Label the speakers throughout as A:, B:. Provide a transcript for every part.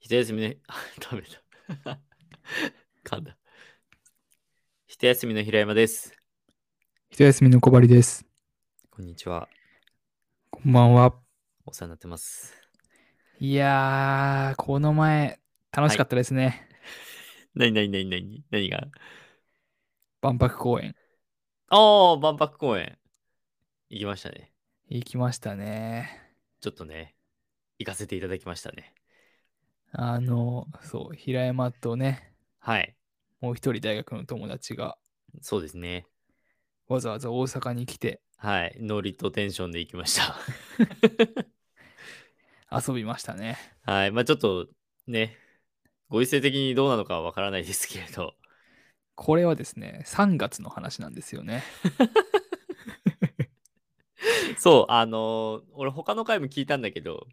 A: 一休みの、あ 食べた。噛んだ。一休みの平山です。
B: 一休みの小針です。
A: こんにちは。
B: こんばんは。
A: お世話になってます。
B: いやー、この前、楽しかったですね。
A: 何何何何何が
B: 万博公園。
A: ああ、万博公園。行きましたね。
B: 行きましたね。
A: ちょっとね、行かせていただきましたね。
B: あの、そう、平山とね、
A: はい。
B: もう一人大学の友達が
A: そうですね。
B: わざわざ大阪に来て
A: はい。ノリとテンションで行きました。
B: 遊びましたね。
A: はい。まあちょっとね、ご時世的にどうなのかはわからないですけれど、
B: これはですね、3月の話なんですよね。
A: そう、あのー俺他の回も聞いたんだけど、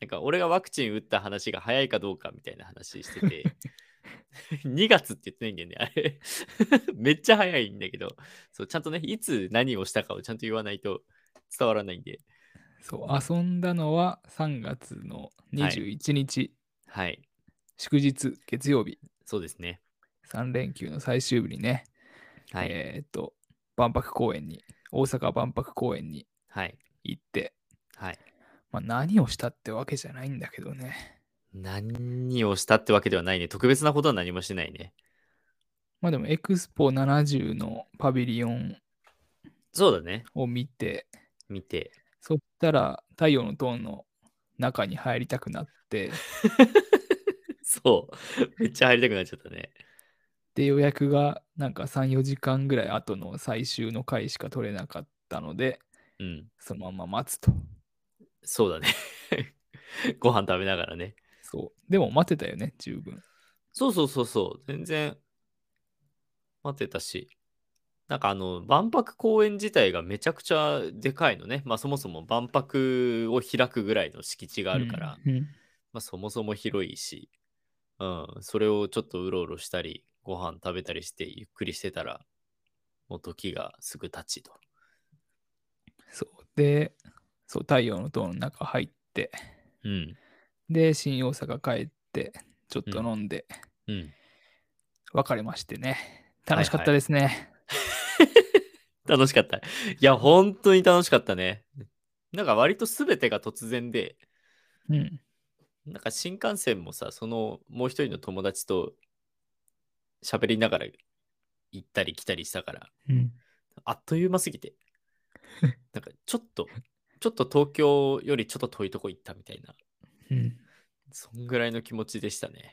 A: なんか俺がワクチン打った話が早いかどうかみたいな話してて、2月って言ってないんだよね、あれ。 めっちゃ早いんだけど、そうちゃんとね、いつ何をしたかをちゃんと言わないと伝わらないんで、
B: そう、遊んだのは3月の21日、
A: はい、
B: 祝日、月曜日、
A: そうですね。
B: 3連休の最終日にね、
A: はい、
B: えーっと、万博公園に、大阪万博公園に
A: はい、
B: 行って、
A: はい。
B: まあ、何をしたってわけじゃないんだけどね。
A: 何をしたってわけではないね。特別なことは何もしてないね。
B: まあでも、エクスポ70のパビリオン
A: そうだね。
B: を見て、
A: 見て。
B: そしたら太陽の塔の中に入りたくなって、
A: そう。めっちゃ入りたくなっちゃったね。
B: で、予約がなんか3、4時間ぐらい後の最終の回しか取れなかったので、
A: うん。
B: そのまま待つと。
A: そうだね。 ご飯食べながらね。
B: そう。でも待てたよね、十分。
A: そうそうそうそう、全然待ってたし、なんかあの、万博公園自体がめちゃくちゃでかいのね。まあそもそも万博を開くぐらいの敷地があるから、
B: うん。うん
A: まあそもそも広いし、うん、それをちょっとうろうろしたり、ご飯食べたりしてゆっくりしてたら、もう時がすぐ経ちと。
B: そう。で、そう、太陽の塔の中入って、
A: うん、
B: で、新大阪帰って、ちょっと飲んで、
A: うん。
B: 別れましてね。
A: はいは
B: 楽
A: い
B: しかったですね。
A: 楽しかった。いや、本当に楽しかったね。なんか割と全てが突然で、
B: うん。
A: なんか新幹線もさ、そのもう一人の友達と喋りながら行ったり来たりしたから、
B: うん、
A: あっという間すぎて、なんかちょっと、ちょっと東京よりちょっと遠いとこ行ったみたいな、
B: うん。
A: そんぐらいの気持ちでしたね。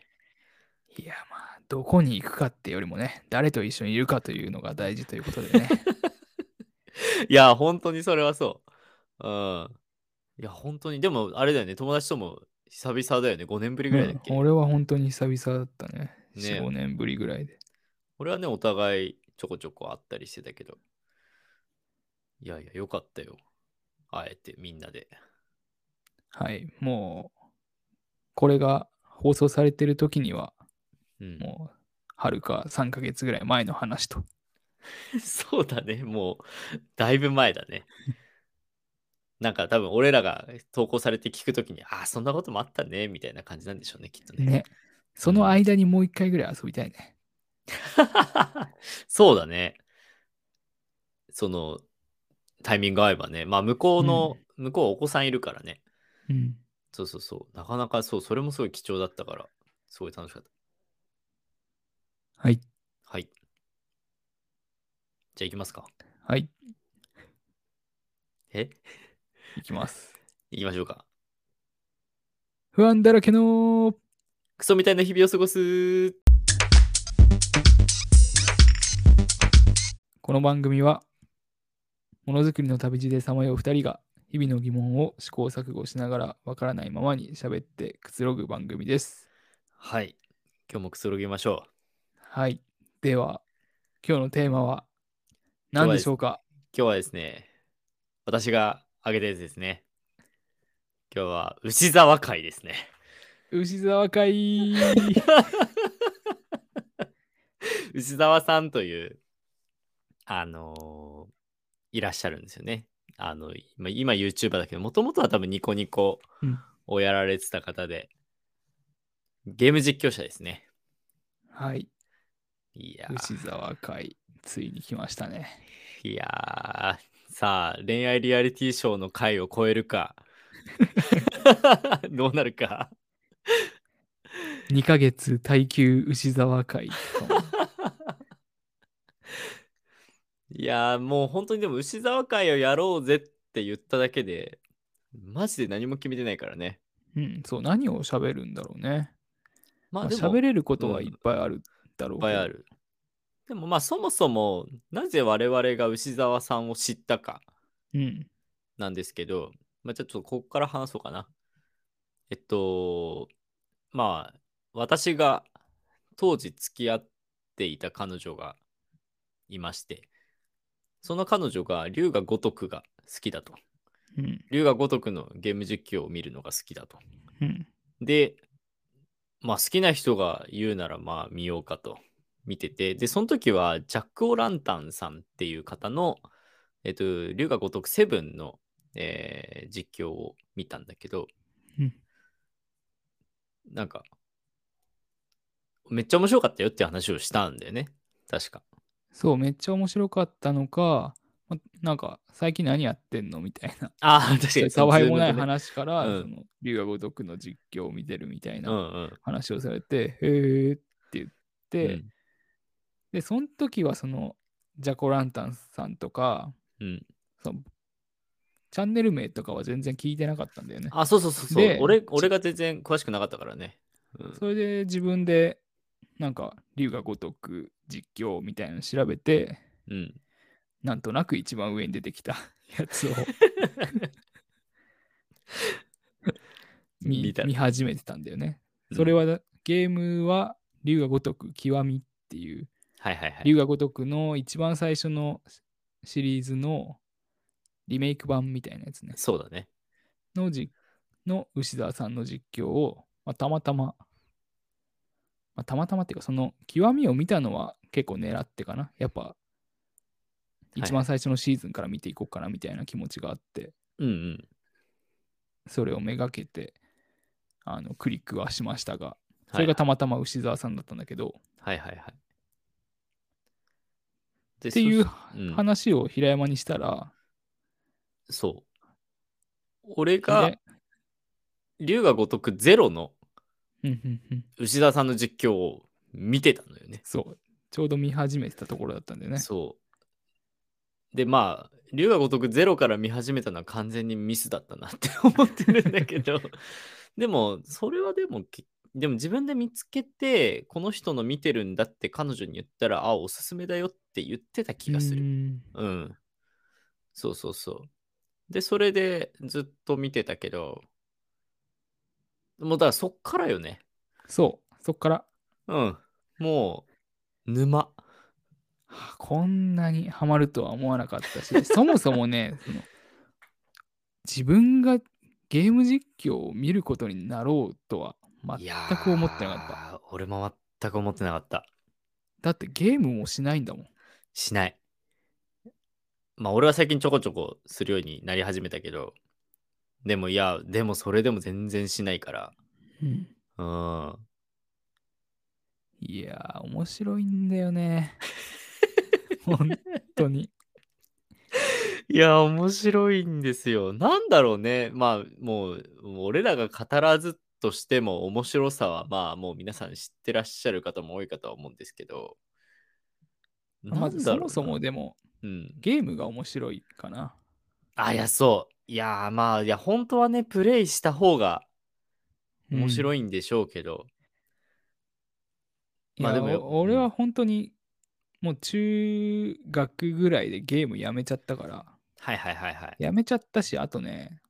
B: いや、まあ、どこに行くかってよりもね、誰と一緒にいるかというのが大事ということでね。
A: いや、本当にそれはそう。うん。いや、本当に、でもあれだよね、友達とも久々だよね、5年ぶりぐらいだっけ。
B: うん俺は本当に久々だったね。
A: ね
B: 4、5年ぶりぐらいで。
A: 俺はね、お互いちょこちょこ会ったりしてたけど、いやいや、よかったよ。会えてみんなで。
B: はい。もう、これが放送されてる時には、
A: うん、
B: もう、はるか3ヶ月ぐらい前の話と。
A: そう だね、もう、だいぶ前だ ね。なんか多分俺らが投稿されて聞くときに、ああ、そんなこともあったね、みたいな感じなんでしょうね、きっとね。
B: ね。その間にもう一回ぐらい遊びたいね。
A: そうだね。その、タイミング合えばね。まあ、向こうの、向こうお子さんいるからね。
B: うん。
A: そうそうそう。なかなかそう、それもすごい貴重だったから、すごい楽しかった。
B: はい。
A: はい。じゃあ行きますか。
B: はい。
A: え
B: いきます。
A: 行きましょうか。
B: 不安だらけの
A: クソみたいな日々を過ごす。
B: この番組はものづくりの旅路でさまよう2人が日々の疑問を試行錯誤しながらわからないままに喋ってくつろぐ番組です。
A: はい。今日もくつろぎましょう。
B: はい。では今日のテーマは何でしょうか
A: 今日はですね、私が挙げたやつですね。今日は牛沢会ですね。
B: 牛沢会
A: 牛沢さんという、あのーいらっしゃるんですよね。あの、今今 YouTuber だけど、もともとは多分ニコニコ
B: うん
A: をやられてた方で、ゲーム実況者ですね。
B: はい。
A: いやー
B: 牛沢会、ついに来ましたね。
A: いやーさあ、恋愛リアリティショーの回を超える か。 どうなるか。
B: 2ヶ月耐久牛沢会とも
A: いやーもう本当にでも牛沢会をやろうぜって言っただけで、マジで何も決めてないからね。
B: うん、そう、何を喋るんだろうね。
A: ま
B: ま
A: あ
B: あ、
A: でも、
B: 喋
A: いっ
B: れること
A: う
B: は
A: ん
B: いっぱいあるだろうけど。
A: ぱいある。でもまあそもそも、なぜ我々が牛沢さんを知ったか
B: うん。
A: なんですけど、まあちょっとここから話そうかな。えっと、まあ私が当時付き合っていた彼女がいまして、その彼女が龍が如くが好きだと。
B: うん。
A: 龍が如くのゲーム実況を見るのが好きだと。
B: うん。
A: で、まあ、好きな人が言うならまあ見ようかと見てて、で、その時はジャック・オ・ランタンさんっていう方の、えっと、龍が如くセブンの、えー実況を見たんだけど、
B: うん
A: なんか、めっちゃ面白かったよっていう話をしたんだよね、確か。
B: そう、めっちゃ面白かったのか、まなんか、最近何やってんのみたいな。
A: ああ、確かに。
B: たわいもな
A: そのズームで
B: い
A: ね
B: 話から、
A: うん
B: その龍が如くの実況を見てるみた
A: う
B: い
A: ん
B: な話をされて、へえって言っ
A: うん。
B: て、で、その時はその、ジャコランタンさんとか、
A: うんうん
B: そのチャンネル名とかは全然聞いてなかったんだよね。
A: あ、そうそうそうそう
B: で
A: 俺。俺が全然詳しくなかったからね。うん
B: それで自分で、なんか、龍が如く実況みたいなの調べて、
A: うん。
B: なんとなく一番上に出 てきたやつを見
A: 見た
B: 見始めてたんだよね。
A: うん
B: それはだ、ゲームは龍が如く極みっていう、
A: はいはいはい。
B: 龍が如くの一番最初のシリーズのリメイク版みたいなやつね。
A: そうだね。
B: のじの牛沢さんの実況を、まあ、たまたま、まあ、たまたまっていうか、その極みを見たのは結構狙ってかな。やっぱ、
A: い
B: 一番最初のシーズンから見ていこうかなみたいな気持ちがあって、
A: うんうん。
B: それをめがけて、あの、クリックはしましたが、そ
A: はい
B: れがたまたま牛沢さんだったんだけど、
A: はいはいはい。で
B: っていう
A: そうん
B: 話を平山にしたら、
A: そう。俺が
B: で、
A: 龍が如くゼロの
B: うんうんうん
A: 牛田さんの実況を見てたのよね。
B: そう、ちょうど見始めてたところだったんでね。
A: そう。で、まあ、龍が如くゼロから見始めたのは完全にミスだったなって思ってるんだけ ど、でも、それはでもき、でも自分で見つけて、この人の見てるんだって彼女に言ったら、あ、おすすめだよって言ってた気がする
B: う。ん
A: うん。そうそうそう。で、それでずっと見てたけど、もうだからそっからよね。
B: そう、そっから
A: うん。もう、沼。
B: はあこんなにハマるとは思わなかったし、 そもそもね、その自分がゲーム実況を見ることになろうとは全く思ってなかった。
A: った。俺も全く思ってなかった。
B: だってゲームもしないんだもん。
A: しない。まあ、俺は最近ちょこちょこするようになり始めたけど、でもいや、でもそれでも全然しないから。うん。
B: いやー、面白いんだよね。本当に。
A: いや、面白いんですよ。なんだろうね。まあ、もう、俺らが語らずとしても面白さは、まあ、もう皆さん知ってらっしゃる方も多いかとは思うんですけど。な
B: ま
A: ん
B: ず
A: だ
B: そ
A: ろうな
B: もそもでも
A: うん。
B: ゲームが面白いかな。
A: あ、いや、そう。いや、まあ、いや、本当はね、プレイした方が面白
B: い。
A: いんでしょうけど。ま
B: ま
A: あ
B: あ
A: で
B: で
A: も
B: も俺は本当にもう中学ぐらいでゲームやめちゃったから。
A: はいはいはいはい。
B: やめちゃったし、あとね、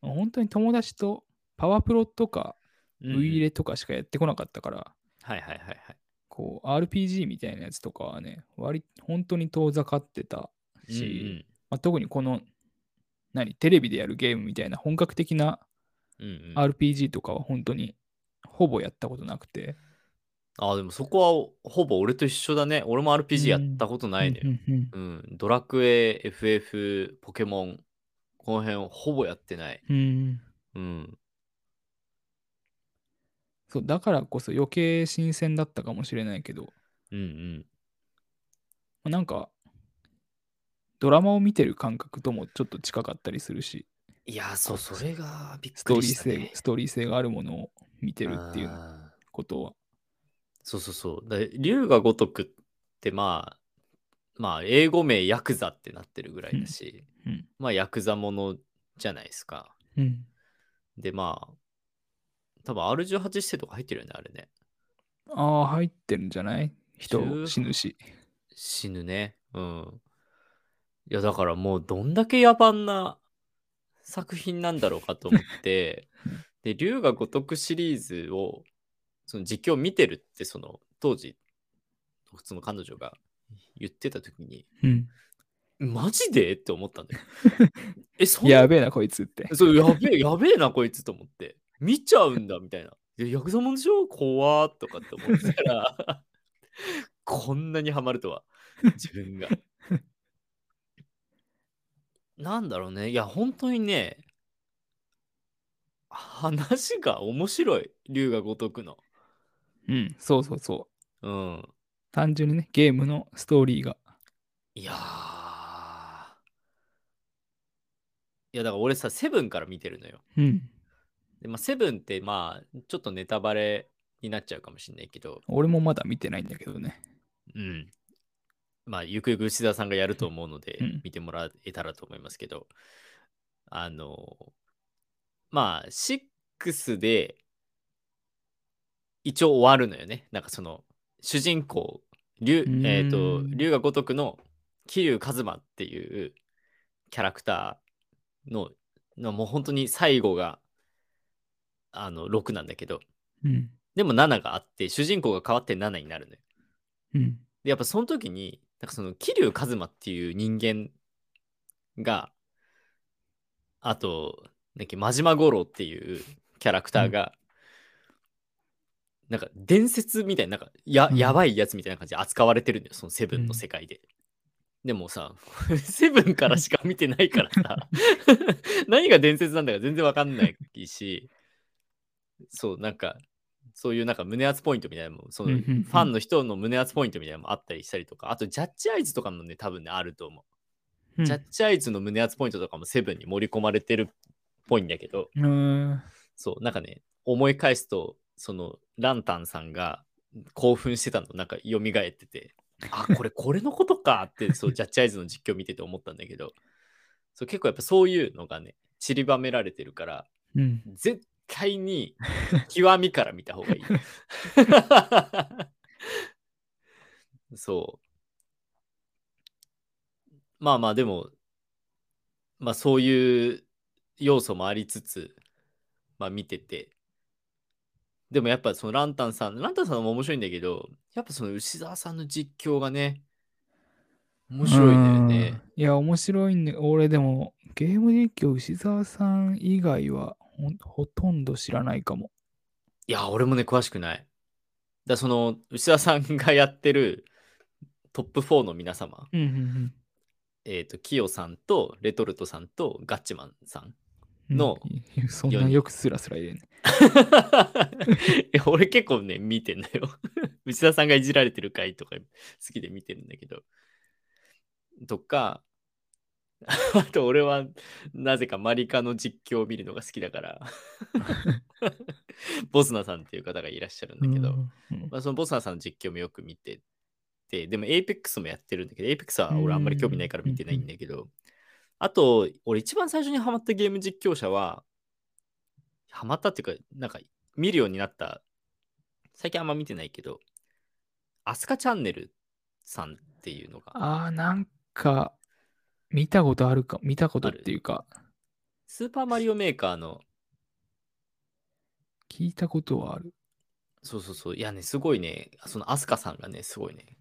B: 本当に友達とパワープロとか、
A: うんうん
B: ウイイレとかしかやってこなかったから、
A: はいはいはいはい。
B: こう、RPG みたいなやつとかはね、割、本当に遠ざかってたし、まあ、特にこの、何、テレビでやるゲームみたいな本格的な
A: うんうんうんうん、
B: RPG とかは本当に、ほぼやったことなくて。
A: あでもそこはほぼ俺と一緒だね。俺も RPG や
B: うん
A: ったことないのよ。
B: うんうん
A: うん、ドラクエ、FF、ポケモン、この辺ほぼやってない。
B: うん。うん
A: うん。
B: そうだからこそ余計新鮮だったかもしれないけど、ま
A: うんうん。
B: あなんかドラマを見てる感覚ともちょっと近かったりするし
A: いやー、そう、それがびっ
B: ス
A: く
B: トー
A: り
B: リ
A: し
B: ー
A: た、
B: 性、
A: ね。
B: ストーリー性があるものを見て
A: て
B: るっていうことは
A: そうそうそう。だ龍が如くってまあ、まあ、英語名ヤクザってなってるぐらいだし、
B: うんうん
A: まあ、ヤクザものじゃないですか。
B: うん
A: で、まあ、多分 R18 指定とか入ってるよね、あれね。
B: ああ入ってるんじゃない人
A: 十
B: 死ぬし
A: 死ぬね。うん。いや、だからもうどんだけ野蛮な作品なんだろうかと思って、で、龍が如くシリーズを、その実況見てるって、その当時、その彼女が言ってた時に、
B: うん
A: マジでって思ったんだよ。え、そんな
B: やべえなこいつって
A: そうやべえ、やべえな、こいつと思って。見ちゃうんだ、みたいな。いや、ヤクザもんでしょ怖ーとかって思ってたら、 こんなにハマるとは、自分が。なんだろうね。いや、本当にね、話が面白い。龍が如くの。
B: うんそうそうそう
A: うん。
B: 単純にねゲームのストーリーが
A: いやー。いや、だから俺さ、セブンから見てるのよ。
B: うん
A: で、まあ、セブンって、まあ、ちょっとネタバレになっちゃうかもしれないけど、
B: 俺もまだ見てないんだけどね
A: うん。まあ、ゆくゆく牛田さんがやると思うので
B: うん、
A: 見てもらえたらと思いますけど、あの、まあ、6で、一応終わるのよね。なんかその、主人公、竜
B: うー、ん
A: えっ、と、竜が如くの桐生一馬っていうキャラクターの、のもう本当に最後が、あの、6なんだけど、
B: うん
A: でも7があって、主人公が変わって7になるのよ。
B: うん
A: で、やっぱその時に、なんかその桐生一馬っていう人間が、あと、なんだっけ、真島五郎っていうキャラクターが、なんか伝説みたいな、なんかや
B: うん
A: やばいやつみたいな感じで扱われてるのよ、そのセブンの世界で。でもさ、 セブンからしか見てないから さ、 何が伝説なんだか全然わかんないし、そう、なんか、そういうなんか胸熱ポイントみたいなのも、その
B: うん
A: フ
B: うんうん
A: ァンの人の胸熱ポイントみたいなのもあったりしたりとか、あとジャッジアイズとかもね、多分ね、あると思う。
B: うん
A: ジャッジアイズの胸熱ポイントとかもセブンに盛り込まれてるっぽいんだけど、
B: うーん
A: そう、なんかね、思い返すと、そのランタンさんが興奮してたの、なんか蘇ってて、あ、 これ、これのことかって、そう、ジャッジアイズの実況見てて思ったんだけど、そう結構やっぱそういうのがね、散りばめられてるから、
B: うん
A: 絶対 に極みから見た方がいい。 そう。まあまあでも、まあそういう要素もありつつ、まあ見てて。でもやっぱそのランタンさん、ランタンさんも面白いんだけど、やっぱその牛沢さんの実況がね、面白いんだよね。
B: うん。いや、面白いんで、俺でもゲーム実況、牛沢さん以外はほんほとんど知らないかも。
A: いや、俺もね、詳しくない。だその、牛田さんがやってるトップ4の皆様、
B: うんうん
A: えっ、と、キヨさんと、レトルトさんと、ガッチマンさん。
B: うん。
A: の
B: うんそんなよくスラスラ入れんね。
A: いや俺結構ね、見てんだよ。 内田さんがいじられてる回とか好きで見てるんだけど。とか、あと俺はなぜかマリカの実況を見るのが好きだから、ボスナさんっていう方がいらっしゃるんだけど、
B: うん
A: まあ、そのボスナーさんの実況もよく見てて、でも APEX もやってるんだけど、APEX は俺あんまり興味ないから見てないんだけど、あと、俺一番最初にハマったゲーム実況者は、ハマったっていうか、なんか見るようになった、最近あんま見てないけど、アスカチャンネルさんっていうのが、
B: ああ、なんか、見たことあるか、見たことっていうか、
A: スーパーマリオメーカーの、
B: 聞いたことはある。
A: そうそうそう、いやね、すごいね、そのアスカさんがね、すごいね、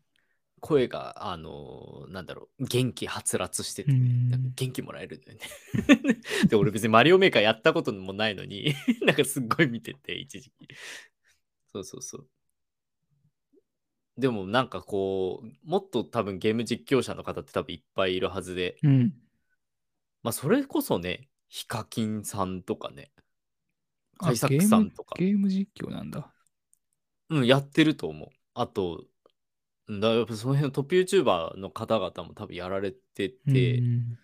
A: 声が、あのーなんだろう、元気はつらつしてて、ね、
B: うん
A: なんか元気もらえるんだよね。 で、俺別にマリオメーカーやったこともないのに、 なんかすっごい見てて、一時期。そうそうそう。でもなんかこう、もっと多分ゲーム実況者の方って多分いっぱいいるはずで、
B: うん。
A: まあそれこそね、ヒカキンさんとかね、
B: あ
A: カイサックさんとか
B: ゲームゲーム実況なんだ。
A: うん、やってると思う。あと、うんだやっぱその辺のトップ YouTuber の方々も多分やられてて、
B: うん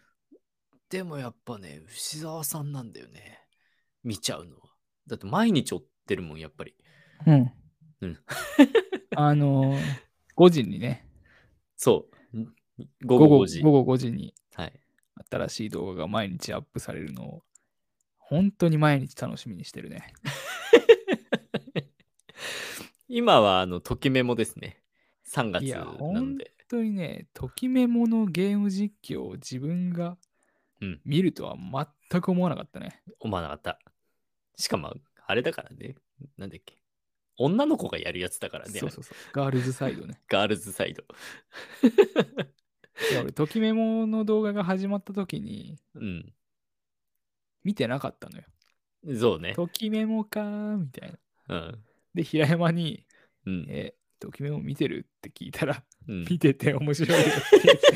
A: でもやっぱね、牛沢さんなんだよね。見ちゃうのは。だって毎日追ってるもん、やっぱり。
B: うん。
A: うん、
B: あのー、5時にね、
A: そう。ん午
B: 午
A: 後
B: 後
A: 5時。
B: 午後5時に
A: はい。
B: 新しい動画が毎日アップされるのを、本当に毎日楽しみにしてるね。
A: 今は、あの、ときメモですね。3月
B: いや
A: なので。
B: 本当にね、ときめものゲーム実況を自分が
A: うん
B: 見るとは全く思わなかったね。
A: 思わなかった。しかも、あれだからね。なんだっけ。女の子がやるやつだからね。
B: そうそうそう。ガールズサイドね。
A: ガールズサイド。
B: いや俺、ときめもの動画が始まった時に
A: うん。
B: 見てなかったのよ。
A: そうね。
B: ときめもかーみたいな。
A: うん。
B: で、平山に、
A: うん。
B: え、ときめも見てるって聞いたら、
A: うん
B: 見てて面白いよって言って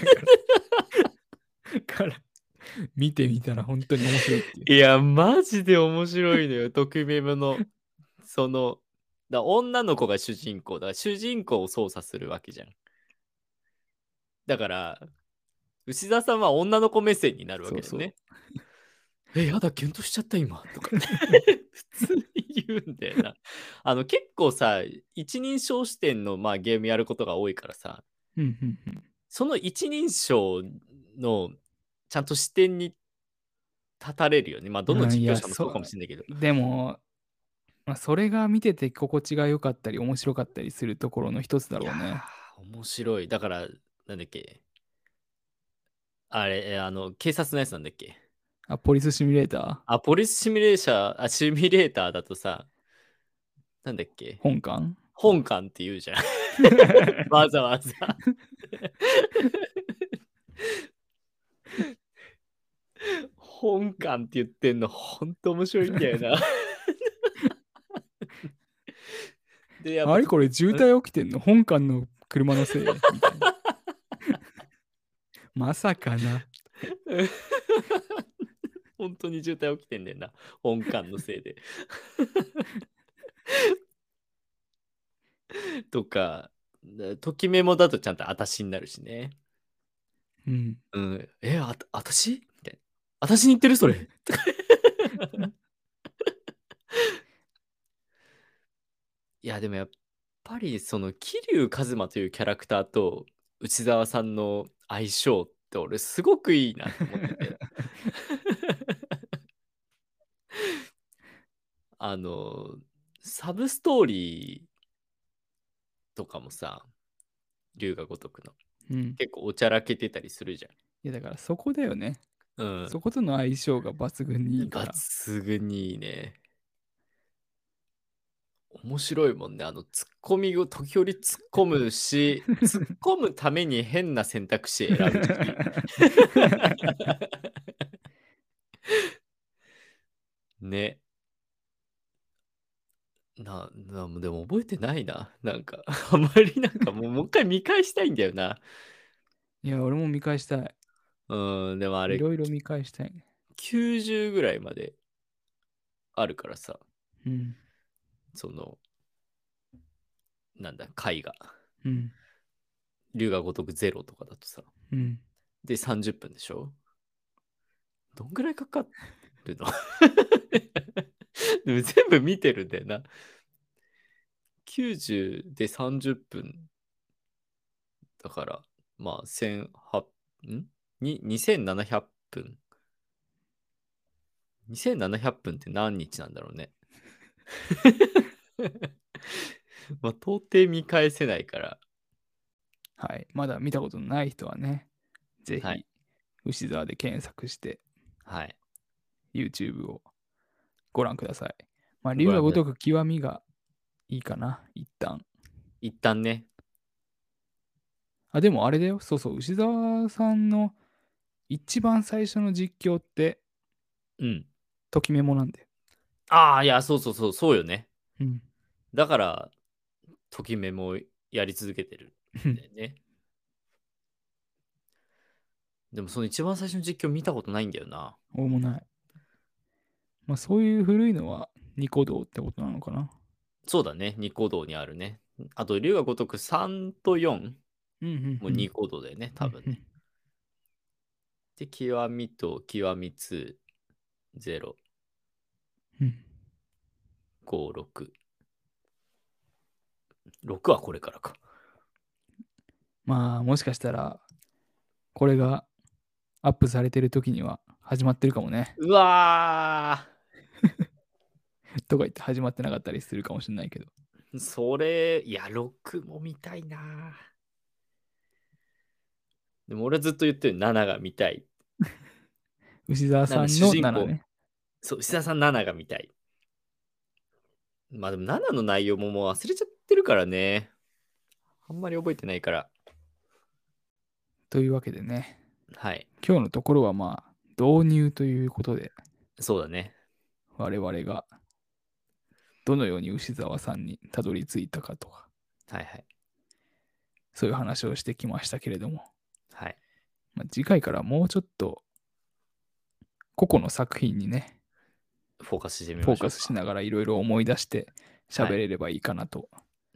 B: たから。から 見てみたら本当に面白いっていう。
A: いや、マジで面白いのよ、 特メモの。その、だ女の子が主人公だから、主人公を操作するわけじゃん。だから、牛田さんは女の子目線になるわけですね。え、やだ、検討しちゃった、今。 とか、普通に言うんだよな。あの、結構さ、一人称視点の、まあ、ゲームやることが多いからさ、
B: うんうんうん
A: その一人称のちゃんと視点に立たれるよね。まあ、どの
B: うん
A: 実況
B: いや
A: 者もそうかもしれないけど。
B: でも、まあ、それが見てて心地が良かったり面白かったりするところの一つだ
A: い
B: ろう
A: や
B: ね。
A: ー面白い。だから、なんだっけ。あれ、えーあの、警察のやつなんだっけ。
B: あ、ポリスシミュレータ
A: あ、ポリスシミュレーシャー、あ、シミュレーターだとさ、なんだっけ
B: ー。本館
A: 本館って言うじ ゃん。わざわざ。本館って言ってんの、ほんと面白いんだよ な。で、やっぱ
B: あれこれ渋滞起きてんの本館の車 のせいみたいな。まさかな。
A: 本当に渋滞起きてんだよな。本館のせい で。とか、ときメモだとちゃんとあたしになるしね。
B: うん。
A: うん、え、あた、あたしみたいな。あたしに言ってるそれ。 とかいや、でもやっぱり、その、桐生一馬というキャラクターと内澤さんの相性って、俺、すごくいいなと思ってて。 あの、サブストーリーとかもさ、龍が如くの。
B: うん、
A: 結構おちゃらけてたりするじ
B: いやだからそこだよね。
A: ゃん。うん。
B: そことの相性が抜群にいいから。
A: 抜群にいいね。面白いもんね。あの、ツッコミを時折突っ込む し、突っ込むために変な選択肢選ぶ しね。な、な、でも覚えてないな。なんか、あまりなんか もう、もう一回見返したいんだよな。
B: いや、俺も見返したい。
A: うん、でもあれ
B: い、ろいろ見返したいね。
A: 90ぐらいまであるからさ、
B: うん。
A: その、なんだ、回が。
B: うん。
A: 龍が如くゼロとかだとさ。
B: うん。
A: で、30分でしょどんぐらいかかるのでも全部見てるんだよな。90で30分だから、まあ、1800、んに ?2700 分。2700分って何日なんだろうね。 まあ、到底見返せないから。
B: はい。まだ見たことのない人はね、ぜひ、
A: はい
B: 牛沢で検索して、
A: はい。
B: YouTube をご覧ください。まあ、竜が如く極みがいいかな、一旦。
A: 一旦ね。
B: あ、でもあれだよ。そうそう、牛沢さんの一番最初の実況って、
A: うん。
B: ときメモなんだよ。
A: ああ、いや、そうそうそう、そうよね。
B: うん。
A: だから、ときめもやり続けてるんだよね。 でも、その一番最初の実況見たことないんだよな。
B: 俺もない。まあ、そういう古いのはニコ動ってことなのかな。
A: そうだね、ニコ動にあるね。あと、龍が如く3と4
B: うんうんうん
A: もニコ動だよね、多分
B: うんう
A: ね。で、極みと極み2、0、
B: んうん
A: 5、6。6はこれからか。
B: まあもしかしたらこれがアップされてる時には始まってるかもね
A: うわ
B: とか言って始まってなかったりするかもしれないけど
A: ーそれ、いや、6も見たいなでも俺ずっと言ってる7が見たい。
B: 牛沢さ
A: な
B: んの
A: んか主人公
B: 7ね
A: そう、石田さん7が見たい。まあでも7の内容ももう忘れちゃってるからね。あんまり覚えてないから。
B: というわけでね
A: はい。
B: 今日のところはまあ導入ということで
A: そうだね。
B: 我々がどのように牛沢さんにたどり着いたかとか
A: はいはい。
B: そういう話をしてきましたけれども、
A: はい。
B: まあ、次回からもうちょっと個々の作品にね
A: フォーカスしてみまし
B: フ
A: ょう
B: ォー
A: か。
B: カスしながらいろいろ思い出して喋れればいいかなと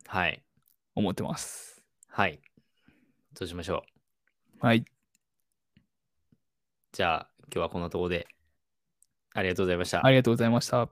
A: はい。
B: 思ってます。
A: はい。そうしましょう。
B: はい、
A: じゃあ、今日はこんなところで。ありがとうございました。
B: ありがとうございました。